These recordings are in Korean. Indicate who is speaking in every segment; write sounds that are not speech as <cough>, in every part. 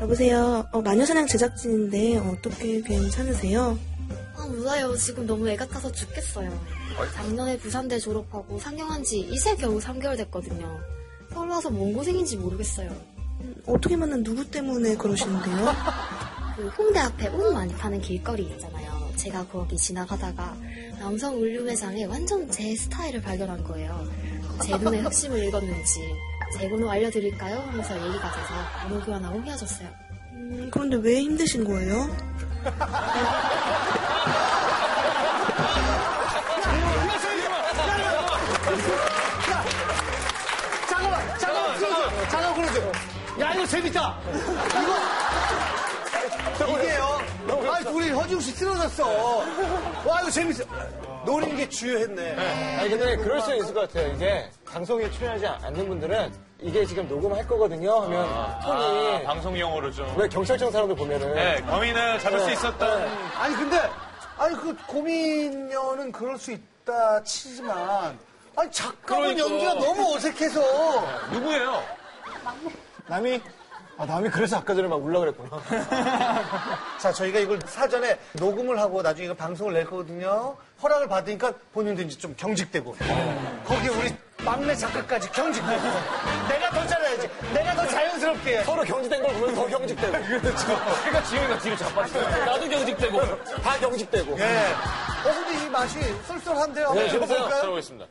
Speaker 1: 여보세요. 어, 마녀사냥 제작진인데 어떻게 괜찮으세요?
Speaker 2: 아, 몰라요. 지금 너무 애 같아서 죽겠어요. 작년에 부산대 졸업하고 상경한 지 이제 겨우 3개월 됐거든요. 서울 와서 뭔 고생인지 모르겠어요.
Speaker 1: 음, 어떻게 만난 누구 때문에 그러시는데요?
Speaker 2: 그 홍대 앞에 옷 많이 파는 길거리 있잖아요. 제가 거기 지나가다가 남성 울류 매장에 완전 제 스타일을 발견한 거예요. 제 눈에 흑심을 읽었는지 제 번호 알려드릴까요? 하면서 얘기가 돼서 번호 교환하고 헤어졌어요.
Speaker 1: 음, 그런데 왜 힘드신 거예요?
Speaker 3: 잠깐만, 잠깐만, 잠깐만, 잠깐만, 그러세요. 야, 이거 재밌다. 이거. 이게요. 아, 우리 허지웅 씨 틀어졌어. 와, 이거 재밌어. 노린 게 주요했네.
Speaker 4: 아니 근데 그럴 수 있을 것 같아요. 네, 이게 방송에 출연하지 않는 분들은 이게 지금 녹음할 거거든요 하면
Speaker 3: 아.
Speaker 4: 톤이
Speaker 5: 방송용어로 좀.
Speaker 4: 왜 경찰청 사람들 보면은 네.
Speaker 5: 네, 범인을 잡을 수 있었던
Speaker 3: 아니, 근데, 아니, 그 고민녀는 그럴 수 있다 치지만, 아니, 작가분
Speaker 5: 그러니까.
Speaker 3: 연기가 너무 어색해서.
Speaker 5: 누구예요?
Speaker 4: 남이 아 남이 그래서 아까 전에 막 울라 그랬구나.
Speaker 3: <laughs> 자, 저희가 이걸 사전에 녹음을 하고 나중에 이거 방송을 낼 거거든요. 허락을 받으니까 본인도 이제 좀 경직되고. 거기에 우리 막내 작가까지 경직되고. 내가 더 잘해야지. 내가 더 자연스럽게.
Speaker 4: 서로 경직된 걸 보면 더 <laughs> 경직되고 네.
Speaker 5: 그러니까 지영이가 뒤를 잡았어요. 나도 경직되고.
Speaker 4: 다 경직되고.
Speaker 3: 예. 어, 근데 이 맛이 쏠쏠한데요?
Speaker 4: 네,
Speaker 3: 한번
Speaker 4: 재밌어요.
Speaker 3: 먹어볼까요?
Speaker 5: 들어보겠습니다.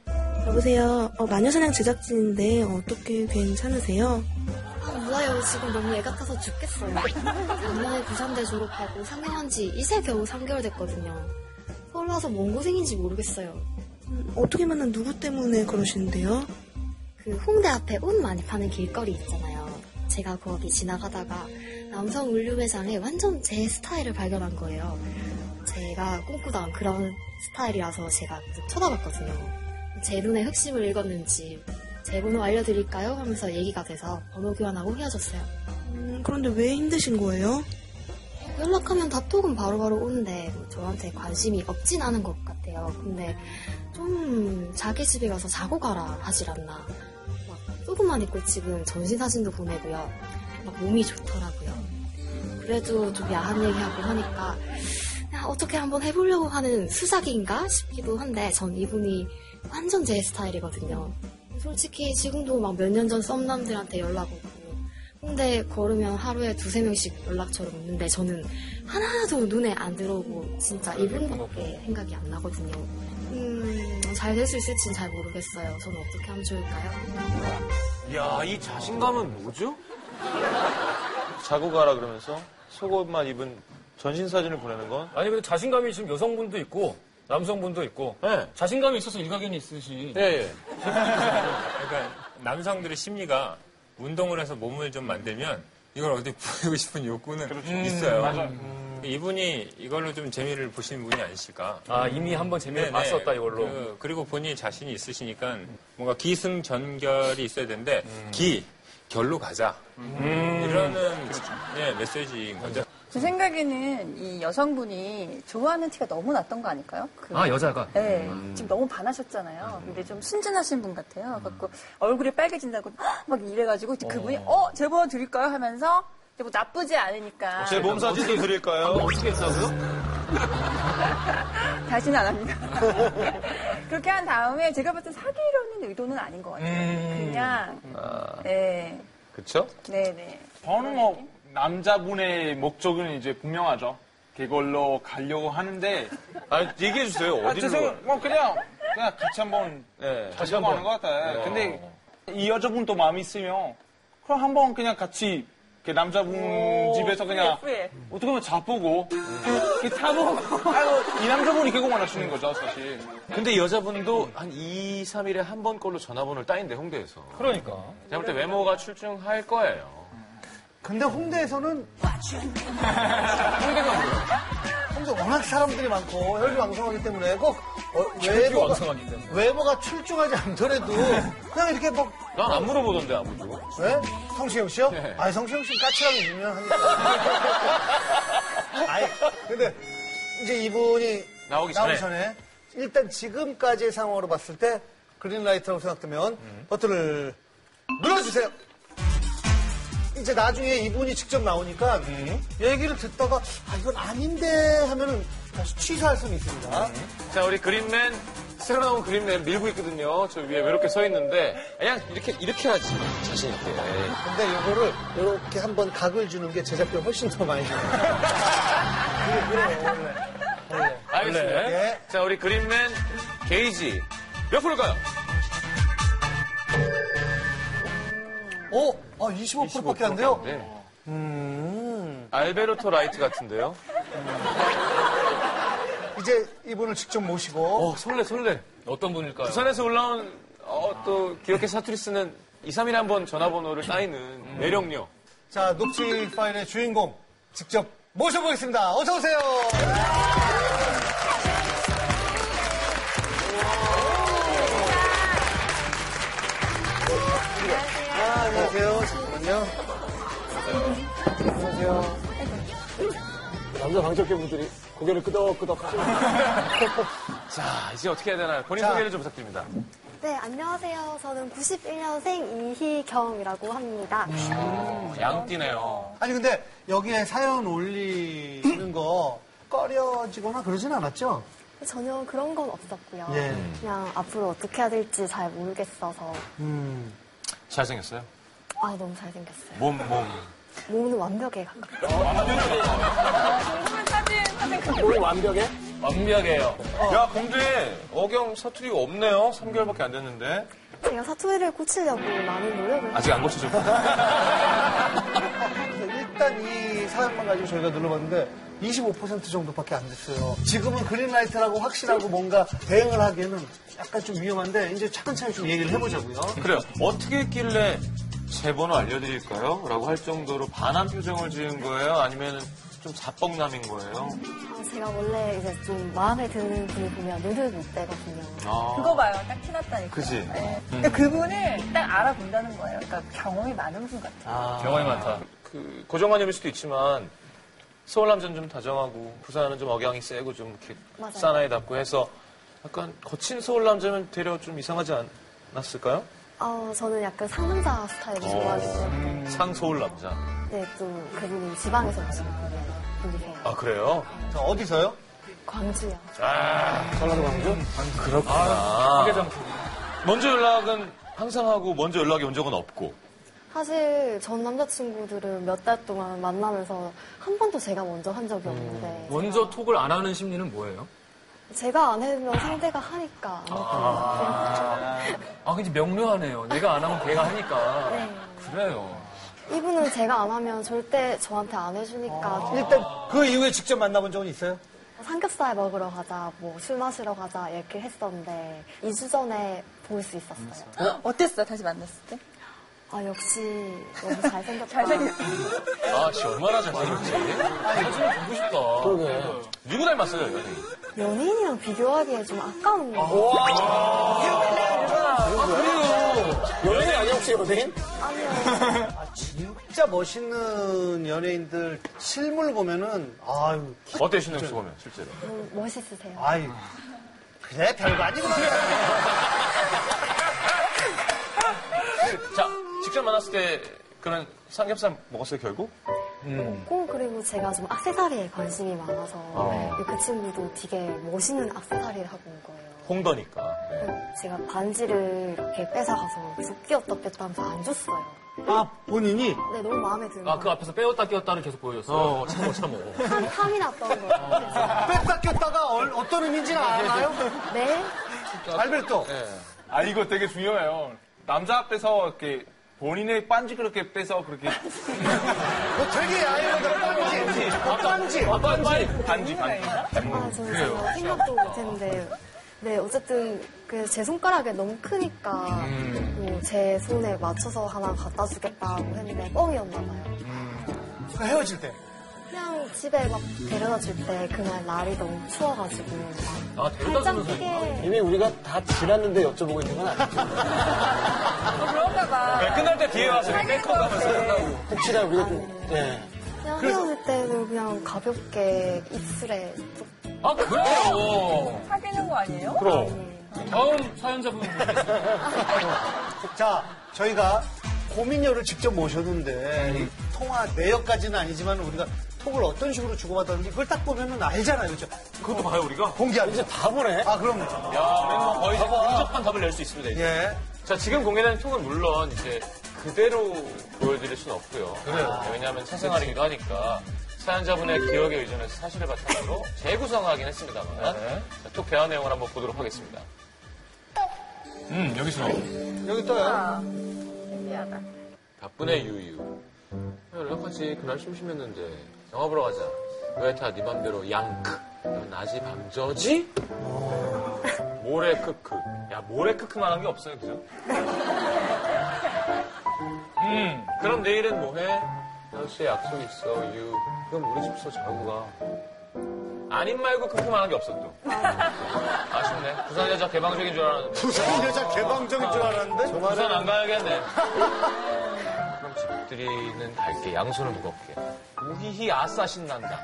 Speaker 1: 여보세요. 어, 마녀사냥 제작진인데 어떻게 괜찮으세요?
Speaker 2: 아, 몰라요. 지금 너무 애 같아서 죽겠어요. 작년에 부산대 졸업하고 상경한 지 이제 겨우 3개월 됐거든요. 서울 와서 뭔 고생인지 모르겠어요.
Speaker 1: 음, 어떻게 만난 누구 때문에 그러시는데요?
Speaker 2: 그 홍대 앞에 옷 많이 파는 길거리 있잖아요. 제가 거기 지나가다가 남성 울류 매장에 완전 제 스타일을 발견한 거예요. 제가 꿈꾸던 그런 스타일이라서 제가 계속 쳐다봤거든요. 제 눈에 흑심을 읽었는지 제 번호 알려드릴까요? 하면서 얘기가 돼서 번호 교환하고 헤어졌어요.
Speaker 1: 음, 그런데 왜 힘드신 거예요?
Speaker 2: 연락하면 답톡은 바로바로 오는데 뭐 저한테 관심이 없진 않은 것 같아요. 근데 좀 자기 집에 가서 자고 가라 하질 않나. 막 조금만 입고 지금 전신 사진도 보내고요. 막 몸이 좋더라고요. 그래도 좀 야한 얘기하고 하니까 야, 어떻게 한번 해보려고 하는 수작인가 싶기도 한데 전 이분이 완전 제 스타일이거든요. 솔직히 지금도 막 몇 년 전 썸남들한테 연락 오고 홍대 걸으면 하루에 두세 명씩 연락처럼 오는데 저는 하나도 눈에 안 들어오고 진짜 이분밖에 생각이 안 나거든요. 음, 잘 될 수 있을진 잘 모르겠어요. 저는 어떻게 하면 좋을까요?
Speaker 5: 이야, 이 자신감은 뭐죠? 자고 가라 그러면서 속옷만 입은 전신 사진을 보내는 건?
Speaker 6: 아니 근데 자신감이 지금 여성분도 있고 남성분도 있고
Speaker 5: 네.
Speaker 6: 자신감이 있어서 일가견이 있으시
Speaker 5: 예, 예.
Speaker 7: 그러니까 남성들의 심리가 운동을 해서 몸을 좀 만들면 이걸 어디 보이고 싶은 욕구는
Speaker 6: 그렇죠.
Speaker 5: 음,
Speaker 7: 있어요.
Speaker 6: 음.
Speaker 7: 그러니까 이분이 이걸로 좀 재미를 보시는 분이 아니실까.
Speaker 6: 아 이미 한번 재미를
Speaker 7: 네네.
Speaker 6: 봤었다 이걸로
Speaker 7: 그, 리고 본인이 자신이 있으시니까 뭔가 기승전결이 있어야 되는데
Speaker 6: 음.
Speaker 7: 기, 결로 가자. 이러는
Speaker 6: 그렇죠.
Speaker 7: 네, 메시지인 거죠.
Speaker 8: 제 생각에는 이 여성분이 좋아하는 티가 너무 났던 거 아닐까요? 그-
Speaker 4: 예.
Speaker 6: 아 여자가
Speaker 8: 네, 지금 너무 반하셨잖아요. 근데 좀 순진하신 분 같아요. 그래갖고 얼굴이 빨개진다고 막 이래가지고 그분이 어, 제보 드릴까요? 하면서 근데 뭐 나쁘지 않으니까
Speaker 5: 제 네, 몸 사진도
Speaker 4: 아,
Speaker 5: 드릴까요?
Speaker 8: 다시는 <laughs> 안 합니다. 그렇게 한 다음에 제가 봤을 때 사귀려는 의도는 아닌 것 같아요. 그냥 네,
Speaker 5: 그쵸?
Speaker 8: 네, 네.
Speaker 9: 저는 뭐 남자분의 목적은 이제 분명하죠. 그걸로 가려고 하는데
Speaker 5: 아, 얘기해주세요.
Speaker 9: 아,
Speaker 5: 어디로.
Speaker 9: 죄송 뭐 그냥 그냥 같이 한번
Speaker 5: 예.
Speaker 9: 다시 한번 하는 것 같아.
Speaker 7: 예.
Speaker 9: 근데 이 여자분도 마음이 있으면 그럼 한번 그냥 같이 그 남자분 집에서 그냥
Speaker 8: 후에.
Speaker 9: 어떻게 보면 자보고 이렇게 타보고 아이고, 이 남자분이 그거 원하시는 거죠 사실.
Speaker 5: 근데 여자분도 한 2, 3일에 한 번 걸로 전화번호를 따인대, 홍대에서.
Speaker 6: 그러니까
Speaker 5: 제가 볼 때 외모가 출중할 거예요.
Speaker 3: 근데 홍대에서는. 홍대 워낙 사람들이 많고, 혈기 왕성하기 때문에 꼭, 어, 외모가, 외모가 출중하지 않더라도, 그냥 이렇게 뭐 막,
Speaker 5: 난 안 물어보던데, 아무도.
Speaker 3: 왜? 네? 성시경 씨요?
Speaker 5: 네.
Speaker 3: 아니, 성시경 씨는 까칠하게 유명합니다. 아니, 근데 이제 이분이
Speaker 5: 나오기 전에.
Speaker 3: 일단 지금까지의 상황으로 봤을 때
Speaker 5: 음.
Speaker 3: 그린라이트라고 생각되면 버튼을 눌러주세요. 이제 나중에 이분이 직접 나오니까
Speaker 5: 음.
Speaker 3: 얘기를 듣다가 아 이건 아닌데 하면은 다시 취소할 수는 있습니다.
Speaker 5: 음.
Speaker 7: 자, 우리 그린맨, 새로 나온 그린맨 밀고 있거든요. 저 위에 외롭게 서 있는데, 그냥 이렇게, 이렇게 하지. 자신있게. 네.
Speaker 3: 근데 요거를 이렇게 한번 각을 주는 게 제작비 훨씬 더 많이 들어요.
Speaker 5: <laughs>
Speaker 3: 그래, 그래요, 원래.
Speaker 7: 알겠습니다.
Speaker 3: 네.
Speaker 7: 자, 우리 그린맨 게이지. 몇 프로일까요?
Speaker 3: 어? 아, 25%밖에 안 돼요?
Speaker 7: 네. 음. 알베르토 라이트 같은데요?
Speaker 3: 이제 이분을 직접 모시고
Speaker 7: 어, 설레, 설레.
Speaker 4: 어떤 분일까요?
Speaker 7: 부산에서 올라온, 어, 또, 기억해 사투리 쓰는 2, 3일에 한 번 전화번호를 따이는 매력녀.
Speaker 3: 자, 녹취 파일의 주인공 직접 모셔보겠습니다. 어서 오세요. 아, 안녕하세요. 잠깐만요.
Speaker 10: 남자 방청객분들이 고개를 끄덕끄덕 하시고
Speaker 7: 자, 아, 이제 어떻게 해야 되나요? 본인
Speaker 3: 자.
Speaker 7: 소개를 좀 부탁드립니다.
Speaker 2: 네, 안녕하세요. 저는 91년생 이희경이라고 합니다.
Speaker 7: 음, 양띠네요.
Speaker 3: 아니, 근데 여기에 사연 올리는 거 꺼려지거나 그러진 않았죠?
Speaker 2: 전혀 그런 건 없었고요.
Speaker 3: 예.
Speaker 2: 그냥 앞으로 어떻게 해야 될지 잘 모르겠어서
Speaker 3: 음.
Speaker 7: 잘생겼어요?
Speaker 2: 아 너무 잘생겼어요.
Speaker 7: 몸, 몸.
Speaker 2: 몸은 완벽에 가깝고
Speaker 10: 오늘 완벽해?
Speaker 4: 완벽해요.
Speaker 7: 야, 근데 어경 사투리가 없네요. 3개월밖에 안 됐는데.
Speaker 2: 제가 사투리를 고치려고 많은 노력을
Speaker 7: 아직 안 고쳐졌고.
Speaker 3: 일단 이 사연만 가지고 저희가 눌러봤는데 25% 정도밖에 안 됐어요. 지금은 그린라이트라고 확실하고 뭔가 대응을 하기에는 약간 좀 위험한데 이제 차근차근 좀 얘기를 해보자고요.
Speaker 7: 그래요. <laughs> 어떻게 했길래 제 번호 알려드릴까요? 라고 할 정도로 반한 표정을 지은 거예요? 아니면 좀 자뻑남인 거예요?
Speaker 2: 아, 제가 원래 이제 좀 마음에 드는 분을 보면 눈을 못 떼거든요.
Speaker 7: 아.
Speaker 8: 그거 봐요. 딱 티났다니까.
Speaker 7: 그지? 음.
Speaker 8: 네. 근데 그분을 딱 알아본다는 거예요. 그러니까 경험이 많은 분 같아요.
Speaker 4: 경험이 많다.
Speaker 7: 그, 고정관념일 수도 있지만, 서울 남자는 좀 다정하고, 부산은 좀 억양이 세고, 좀 이렇게
Speaker 2: 맞아요.
Speaker 7: 사나이답고 해서, 약간 거친 서울 남자면 되려 좀 이상하지 않았을까요?
Speaker 2: 아 저는 약간 상남자 스타일을 좋아하기 때문에
Speaker 7: 상서울 남자.
Speaker 2: 네, 또 그분이 지방에서 오신 분이세요.
Speaker 7: 아, 그래요?
Speaker 3: 자, 어디서요?
Speaker 2: 광주요.
Speaker 7: 그렇구나. 먼저 연락은 항상 하고, 먼저 연락이 온 적은 없고.
Speaker 2: 사실 전 남자친구들은 몇 달 동안 만나면서 한 번도 제가 먼저 한 적이
Speaker 3: 음.
Speaker 2: 없는데
Speaker 3: 뭐?
Speaker 4: 먼저 톡을 안 하는 심리는 뭐예요?
Speaker 2: 제가 안 해면 상대가 하니까 안
Speaker 3: 아.
Speaker 2: 했거든요.
Speaker 4: 아, 근데 명료하네요. 내가 안 하면 걔가 하니까. 네. 그래요.
Speaker 2: 이분은 제가 안 하면 절대 저한테 안 해주니까
Speaker 3: 일단 그 이후에 직접 만나본 적은 있어요?
Speaker 2: 삼겹살 먹으러 가자, 뭐 술 마시러 가자 이렇게 했었는데 2주 전에 볼 수 있었어요.
Speaker 3: 음.
Speaker 8: 어땠어요? 다시 만났을 때?
Speaker 2: 아 역시 너무 잘생겼다.
Speaker 7: 아, 씨, 얼마나 잘생겼지?
Speaker 4: 아, 사진을 보고 싶다.
Speaker 7: 누구 닮았어요, 연예인?
Speaker 2: 연예인이랑 비교하기에 좀 아까운 거.
Speaker 10: 연예인 아니야 혹시 연예인?
Speaker 3: 아, 진짜 멋있는 연예인들 실물 보면은 아유,
Speaker 7: 어때요, 신동엽 씨 보면, 실제로?
Speaker 2: 너무 음, 멋있으세요.
Speaker 3: 아유. 그래 별거 아니구만.
Speaker 7: 자, 직접 만났을 때 그런 삼겹살 먹었어요, 결국?
Speaker 2: 고 그리고 제가 좀 악세사리에 관심이 많아서 그 친구도 되게 멋있는 악세사리를 하고 온 거예요. 네.
Speaker 7: 홍더니까.
Speaker 2: 제가 반지를 이렇게 뺏어가서 계속 끼었다 뺐다 하면서 안 줬어요.
Speaker 3: 아 본인이
Speaker 2: 근데 너무 마음에 드는
Speaker 4: 아, 그
Speaker 2: 거예요.
Speaker 4: 앞에서 빼었다 끼었다를 계속 보여줬어요. 참어, 참어.
Speaker 2: 탐, 탐이 났던 거예요.
Speaker 3: 뺐다 꼈다가 얼- 어떤 의미인지는 알아요?
Speaker 2: 네?
Speaker 3: 알베르토.
Speaker 9: 아 이거 되게 중요해요. 남자 앞에서 이렇게 본인의 반지 그렇게 빼서
Speaker 7: <laughs>
Speaker 9: 그렇게
Speaker 7: 아,
Speaker 3: 너뭐 되게 야해요. 빤지. 빤지.
Speaker 9: 반지 반지.
Speaker 2: 아, 저는 정말 생각도 못했는데. 네, 어쨌든 그 제 손가락이 너무 크니까 뭐제 손에 맞춰서 하나 갖다 주겠다고 했는데 뻥이었나 봐요.
Speaker 3: 그 헤어질 때.
Speaker 2: 그냥 집에 막 데려다 줄 때 그날 날이 너무 추워가지고 막
Speaker 4: 아, 데려다
Speaker 2: 팔짱
Speaker 4: 주는 사이.
Speaker 2: 끼게
Speaker 10: 이미 우리가 다 지났는데 여쭤보고 있는 건 아니죠.
Speaker 8: 그런가 봐.
Speaker 7: 네, 끝날 때 뒤에 와서
Speaker 10: 혹시나 우리가 좀 네.
Speaker 2: 그냥 헤어질 때는 그냥 가볍게 입술에 쪽
Speaker 4: 아, 그래요.
Speaker 8: 사귀는 거 아니에요?
Speaker 7: 그럼.
Speaker 4: 다음 사연자분.
Speaker 3: 자, 저희가 고민녀를 직접 모셨는데 이 통화 내역까지는 아니지만 우리가 톡을 어떤 식으로 주고받았는지 그걸 딱 보면은 알잖아요, 그죠? 그것도 봐요 우리가? 공개하죠. 이제 다 보네. 아 그럼.
Speaker 7: 야, 멤버 거의 이제 근접한 답을 낼 수 있습니다. 이제.
Speaker 3: 예.
Speaker 7: 자, 지금 공개된 통은 물론 이제 그대로 보여드릴 수는 없고요.
Speaker 3: 그래요.
Speaker 7: 네, 왜냐하면 새 생활이기도 하니까 사연자분의 기억에 의존해서 사실을 바탕으로 재구성하긴 했습니다만
Speaker 3: 네.
Speaker 7: 자, 톡 대화 내용을 한번 보도록 하겠습니다.
Speaker 11: 음, 여기서 나오고.
Speaker 3: 여기
Speaker 10: 아.
Speaker 3: 떠요.
Speaker 8: 신기하다.
Speaker 7: 바쁜의 유유. 야, 연락하지. 그날 심심했는데. 영화 보러 가자. 왜 다 네 맘대로 양크. 야, 낮이 밤저지? 모래 크크. 어. 야, 모래 크크만 한 게 없어요, 그죠? 음, 그럼 내일은 뭐 해? 9시에 약속 있어, 유. 그럼 우리 집에서 자고 가. 아님 말고 크크만 한 게 없어, 또. 아쉽네. 부산 여자 개방적인 줄 알았는데.
Speaker 3: 부산 여자 개방적인 줄 알았는데?
Speaker 7: 부산 안 가야겠네. 그럼 집들이는 갈게. 양손을 무겁게. 우히히 아싸 신난다.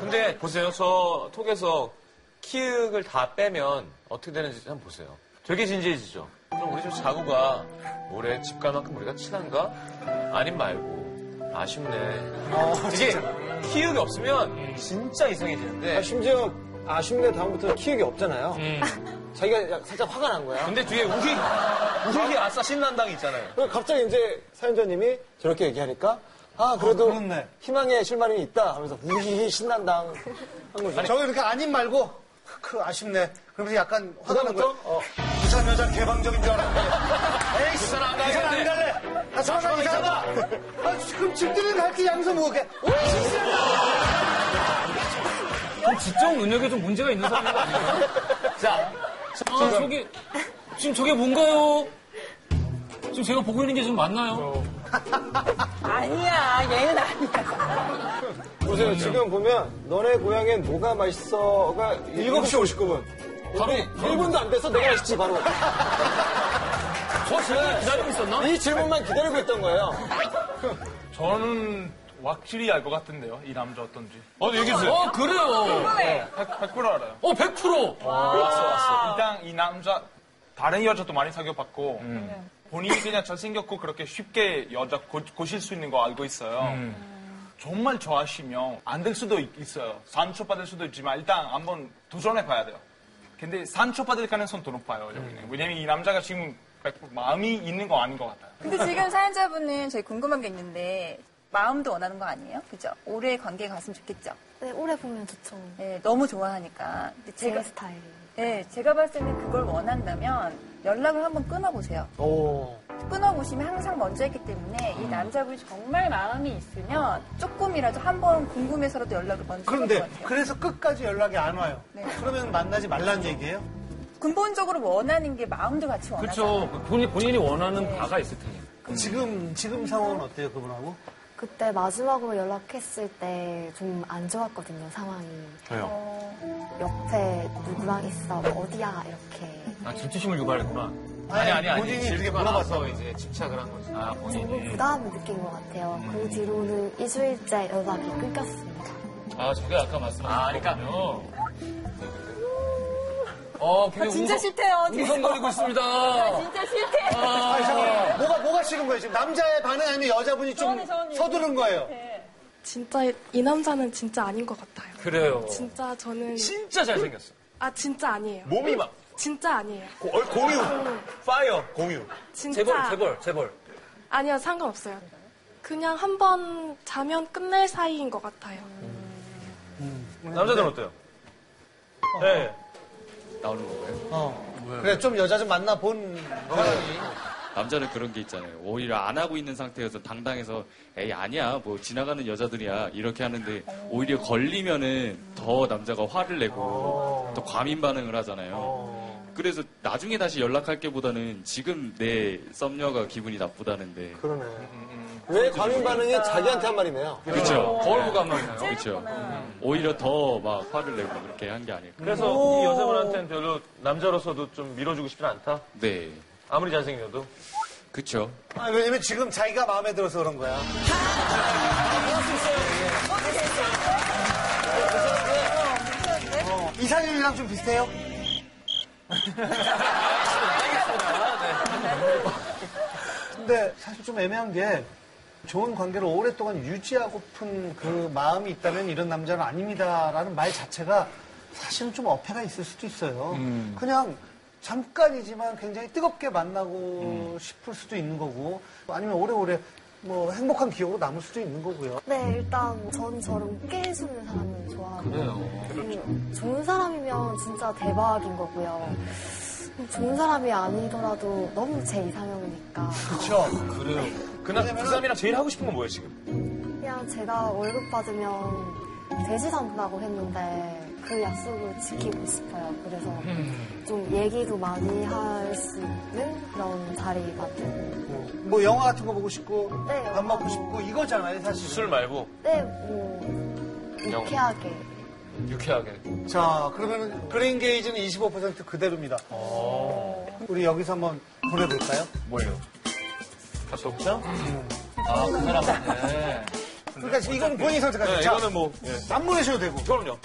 Speaker 7: 근데 보세요. 저 톡에서 키읔을 다 빼면 어떻게 되는지 한번 보세요. 되게 진지해지죠? 그럼 우리 집 자구가 올해 집 갈 만큼 우리가 친한가? 아님 말고. 아쉽네. 이게 키읔이 없으면 진짜 이상해지는데.
Speaker 10: 아, 심지어 아쉽네 다음부터 키우기 없잖아요. 자기가 약- 살짝 화가 난 거야.
Speaker 7: 음. 근데 뒤에 우히, 우히 아싸 신난당이 있잖아요.
Speaker 10: 그래서 갑자기 이제 사연자님이 저렇게 얘기하니까 아 그래도 희망의 실마리는 있다 하면서 우기 신난당 한 거죠.
Speaker 3: 저기 이렇게 아님 말고 크 아쉽네. 그러면서 약간 화가 난 거야.
Speaker 10: 그다음부터 어,
Speaker 3: 부산 여자 개방적인 줄
Speaker 10: <laughs>
Speaker 3: 알았는데. 에이씨.
Speaker 7: 부산 안
Speaker 3: 부산 안
Speaker 7: 가겠네.
Speaker 3: 갈래. 나 전화 이상하다. 아, 그럼 뭐, 집들이는 할게 양손 모으게.
Speaker 4: 그럼 지적 능력에 좀 문제가 있는 사람인 거 아니에요? <laughs> 자, 아, 저게, 지금 저게 뭔가요? 지금 제가 보고 있는 게 좀 맞나요?
Speaker 8: 아니야, 얘는 아니야.
Speaker 3: 음.
Speaker 10: 보세요 지금 보면 너네 고향엔 뭐가 맛있어가 7시 59분.
Speaker 4: 바로,
Speaker 10: 1분도 안 돼서 내가 맛있지
Speaker 3: <laughs>
Speaker 10: 바로.
Speaker 4: 저 질문 기다리고 있었나?
Speaker 10: 이 질문만 기다리고 있던 거예요.
Speaker 9: 저는 확실히 알 것 같은데요. 이 남자 어떤지.
Speaker 7: 어, 얘기해주세요.
Speaker 4: 어, 그래요.
Speaker 9: 100%, 알아요.
Speaker 4: 어, 100%.
Speaker 7: 아.
Speaker 9: 일단 그렇죠. 이 남자 다른 여자도 많이 사귀어봤고
Speaker 7: 음.
Speaker 9: 본인이 그냥 잘생겼고 그렇게 쉽게 여자 고, 고실 수 있는 거 알고 있어요.
Speaker 7: 음.
Speaker 9: 정말 좋아하시면 안 될 수도 있- 있어요. 상처받을 수도 있지만 일단 한번 도전해봐야 돼요. 근데 상처받을 가능성도 높아요.
Speaker 7: 음.
Speaker 9: 여기는. 왜냐면 이 남자가 지금 100% 마음이 있는 거 아닌 것 같아요.
Speaker 8: 근데 지금 사연자분은 저희 궁금한 게 있는데 마음도 원하는 거 아니에요? 그죠? 오래 관계 갔으면 좋겠죠?
Speaker 2: 네, 오래 보면 좋죠.
Speaker 8: 네, 너무 좋아하니까. 근데
Speaker 2: 제
Speaker 8: 제가,
Speaker 2: 스타일.
Speaker 8: 네, 제가 봤을 때는 그걸 원한다면 연락을 한번 끊어보세요.
Speaker 10: 오.
Speaker 8: 끊어보시면 항상 먼저 했기 때문에
Speaker 3: 음.
Speaker 8: 이 남자분이 정말 마음이 있으면 조금이라도 한번 궁금해서라도 연락을 먼저 해볼
Speaker 3: 그런데
Speaker 8: 것 같아요.
Speaker 3: 그래서 끝까지 연락이 안 와요.
Speaker 8: 네.
Speaker 3: 그러면 만나지 말라는 얘기예요?
Speaker 8: 근본적으로 원하는 게 마음도 같이 원하죠.
Speaker 4: 그렇죠. 본인, 본인이 원하는 바가 있을 테니까.
Speaker 3: 지금 지금 상황은 어때요 그분하고?
Speaker 2: 그때 마지막으로 연락했을 때 좀 안 좋았거든요, 상황이. 옆에 누구랑 있어, 뭐 어디야, 이렇게.
Speaker 4: 아, 질투심을 유발했구나.
Speaker 7: 아니, 아니, 아니.
Speaker 3: 본인이
Speaker 7: 질문
Speaker 3: 그렇게
Speaker 7: 나서
Speaker 3: 물어봤어.
Speaker 7: 이제 집착을 한 거지.
Speaker 4: 아,
Speaker 2: 조금
Speaker 3: 네.
Speaker 4: 본인이.
Speaker 2: 부담을 느낀 것 같아요.
Speaker 3: 음.
Speaker 2: 그 뒤로는 2주일째 연락이 끊겼습니다.
Speaker 7: 아, 저게 아까 말씀하신
Speaker 4: 아, 그러니까.
Speaker 7: 거군요.
Speaker 4: 어, 굉장히
Speaker 8: 진짜
Speaker 4: 웅성-
Speaker 8: 싫대요. 지금.
Speaker 4: 웅성거리고 있습니다.
Speaker 7: 아,
Speaker 8: 진짜 싫대요.
Speaker 3: 아니, 잠깐만. 뭐가 뭐가 싫은 거예요 지금? 남자의 반응 아니면 여자분이 좀
Speaker 8: 저는, 저는 네.
Speaker 3: 서두른 거예요.
Speaker 1: 진짜 이 남자는 진짜 아닌 것 같아요.
Speaker 4: 그래요.
Speaker 1: 진짜 저는
Speaker 7: 진짜 잘생겼어.
Speaker 1: 아 진짜 아니에요.
Speaker 7: 몸이 막,
Speaker 1: 진짜 아니에요.
Speaker 7: 고, 어, 공유. 파이어, 공유.
Speaker 1: 진짜
Speaker 4: 재벌, 재벌, 재벌.
Speaker 1: 아니요 상관없어요. 그냥 한 번 자면 끝낼 사이인 것 같아요.
Speaker 7: 남자들은 어때요? 네. 나오는 거예요?
Speaker 3: 어. 그래 좀 여자 좀 만나 본
Speaker 10: 어.
Speaker 3: 사람이.
Speaker 12: 남자는 그런 게 있잖아요. 오히려 안 하고 있는 상태에서 당당해서 에이 아니야 뭐 지나가는 여자들이야 이렇게 하는데 오히려 걸리면은 더 남자가 화를 내고 더 과민 반응을 하잖아요. 그래서 나중에 다시 연락할 게보다는 지금 내 썸녀가 기분이 나쁘다는데
Speaker 10: 그러네. 왜 과민 반응이 자기한테 한 말이네요.
Speaker 12: 그렇죠.
Speaker 4: 거울 보고 한번 해요.
Speaker 12: 그렇죠. 오히려 더 막 화를 내고 그렇게 한 게 아닐까.
Speaker 7: 그래서 이 여자분한테는 별로 남자로서도 좀 밀어주고 싶진 않다?
Speaker 12: 네,
Speaker 7: 아무리 잘생겨도.
Speaker 12: 그렇죠.
Speaker 3: 아, 왜냐면 지금 자기가 마음에 들어서 그런 거야.
Speaker 10: 아, 예.
Speaker 3: 어, 이상형이랑 좀 비슷해요?
Speaker 7: 알겠습니다.
Speaker 3: 근데 사실 좀 애매한 게 좋은 관계를 오랫동안 유지하고픈 그 마음이 있다면 이런 남자는 아닙니다라는 말 자체가 사실은 좀 어폐가 있을 수도 있어요.
Speaker 13: 음.
Speaker 3: 그냥 잠깐이지만 굉장히 뜨겁게 만나고 싶을 수도 있는 거고 아니면 오래오래 뭐 행복한 기억으로 남을 수도 있는 거고요.
Speaker 2: 네, 일단 전 저런 깨지는 사람을 좋아하고
Speaker 3: 음. 그래요.
Speaker 2: 음, 좋은 사람이면 진짜 대박인 거고요.
Speaker 3: 음.
Speaker 2: 좋은 사람이 아니더라도 너무 제 이상형이니까
Speaker 3: 그렇죠.
Speaker 7: 그래요. 그날 그 사람이랑 제일 하고 싶은 건 뭐예요 지금?
Speaker 2: 그냥 제가 월급 받으면 돼지 산다고 했는데 그 약속을 지키고 싶어요. 그래서 좀 얘기도 많이 할 수 있는 그런 자리 같은.
Speaker 3: 뭐 영화 같은 거 보고 싶고 밥 먹고 싶고 이거잖아요 사실.
Speaker 7: 술 말고
Speaker 2: 네, 뭐
Speaker 7: 영화.
Speaker 2: 유쾌하게.
Speaker 7: 유쾌하게.
Speaker 3: 자, 그러면 그린 게이지는 25% 그대로입니다. 우리 여기서 한번 보내볼까요?
Speaker 11: 뭐예요?
Speaker 7: 카톡장? 아, 그 사람 맞네.
Speaker 3: 그러니까 지금 이건 본인이 선택하세요.
Speaker 7: 네,
Speaker 3: 자,
Speaker 7: 이거는 뭐.
Speaker 3: 안 보내셔도 되고.
Speaker 7: 그럼요.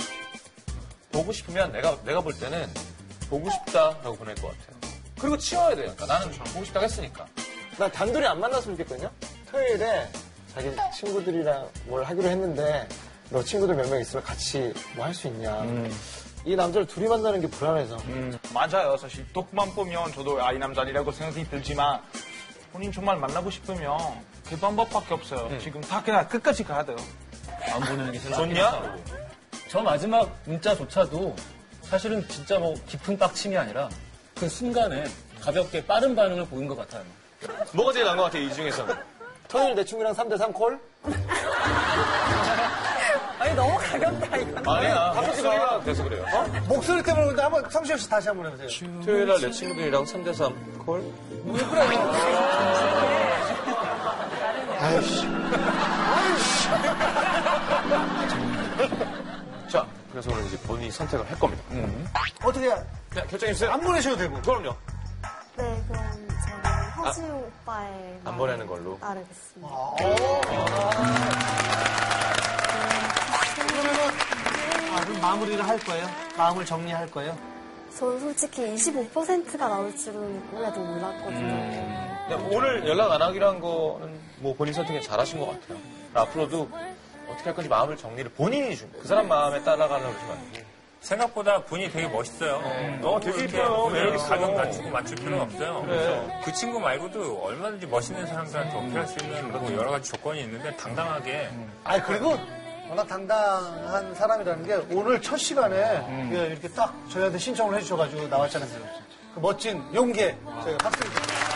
Speaker 7: 보고 싶으면 내가, 내가 볼 때는 보고 싶다라고 보낼 것 같아요. 그리고 치워야 돼요. 그러니까 나는 보고 싶다고 했으니까.
Speaker 10: 나 단둘이 안 만났으면 좋겠거든요. 토요일에 자기 친구들이랑 뭘 하기로 했는데 너 친구들 몇 명 있으면 같이 뭐 할 수 있냐.
Speaker 7: 음.
Speaker 10: 이 남자를 둘이 만나는 게 불안해서.
Speaker 9: 맞아요. 사실 독만 보면 저도 아이 남자리라고 생각이 들지만 본인 정말 만나고 싶으면 그 방법밖에 없어요.
Speaker 7: 네.
Speaker 9: 지금 다 그냥 끝까지 가야 돼요.
Speaker 4: 안 보내는 게 제일
Speaker 9: 좋냐?
Speaker 4: 저 마지막 문자조차도 사실은 진짜 뭐 깊은 빡침이 아니라 그 순간에 가볍게 빠른 반응을 보인 것 같아요.
Speaker 7: 뭐가 제일 나은 것 같아요, 이 중에서는?
Speaker 10: 토요일 내 친구랑 3대3 콜?
Speaker 8: 아니 너무 가볍다 이거.
Speaker 7: 아니야.
Speaker 3: 갑자기
Speaker 7: 목소리가
Speaker 3: 우리가-
Speaker 7: 그래서 그래요. 어?
Speaker 3: 목소리 때문에 그런데 한번 성시혁 씨 다시 한번 해보세요.
Speaker 7: 토요일 날 내 친구들이랑 3대3 콜?
Speaker 3: 아이씨.
Speaker 7: 자, 그래서 오늘 이제 본인이 선택을 할 겁니다.
Speaker 3: 어떻게
Speaker 7: 자, 네, 결정해주세요.
Speaker 3: 안 보내셔도 되고.
Speaker 7: 그럼요.
Speaker 2: 네, 그럼 저는
Speaker 4: 아,
Speaker 2: 허지 오빠의
Speaker 7: 안 보내는 걸로.
Speaker 2: 따르겠습니다.
Speaker 3: 그러면은 아, 그럼 마무리를 할 거예요? 마음을 정리할 거예요?
Speaker 2: 저는 솔직히 25%가 나올 줄은 꿈에도 몰랐거든요.
Speaker 7: 그냥 네, 오늘 연락 안 하기로 한 거는 뭐 본인 선택에 잘하신 것 같아요. 앞으로도 어떻게 할 건지 마음을 정리를 본인이 준 거예요. 그 사람 마음에 따라가려고 그러지 말고.
Speaker 11: 생각보다 분이 되게 멋있어요. 너무
Speaker 7: 네. 되게
Speaker 11: 이렇게
Speaker 7: 이뻐요. 네.
Speaker 11: 뭐 이렇게
Speaker 7: 매력있어. 네.
Speaker 11: 가격 낮추고 맞출 필요는 없어요.
Speaker 7: 그래.
Speaker 11: 그래서 그 친구 말고도 얼마든지 멋있는 사람들한테
Speaker 7: 음.
Speaker 11: 어필할 수 있는 뭐
Speaker 7: 그렇죠.
Speaker 11: 여러 가지 조건이 있는데 당당하게
Speaker 3: 아 그리고 워낙 당당한 사람이라는 게 오늘 첫 시간에 예, 이렇게 딱 저희한테 신청을 해주셔가지고 나왔잖아요. 그 멋진 용기에 저희가 박수를 드립니다.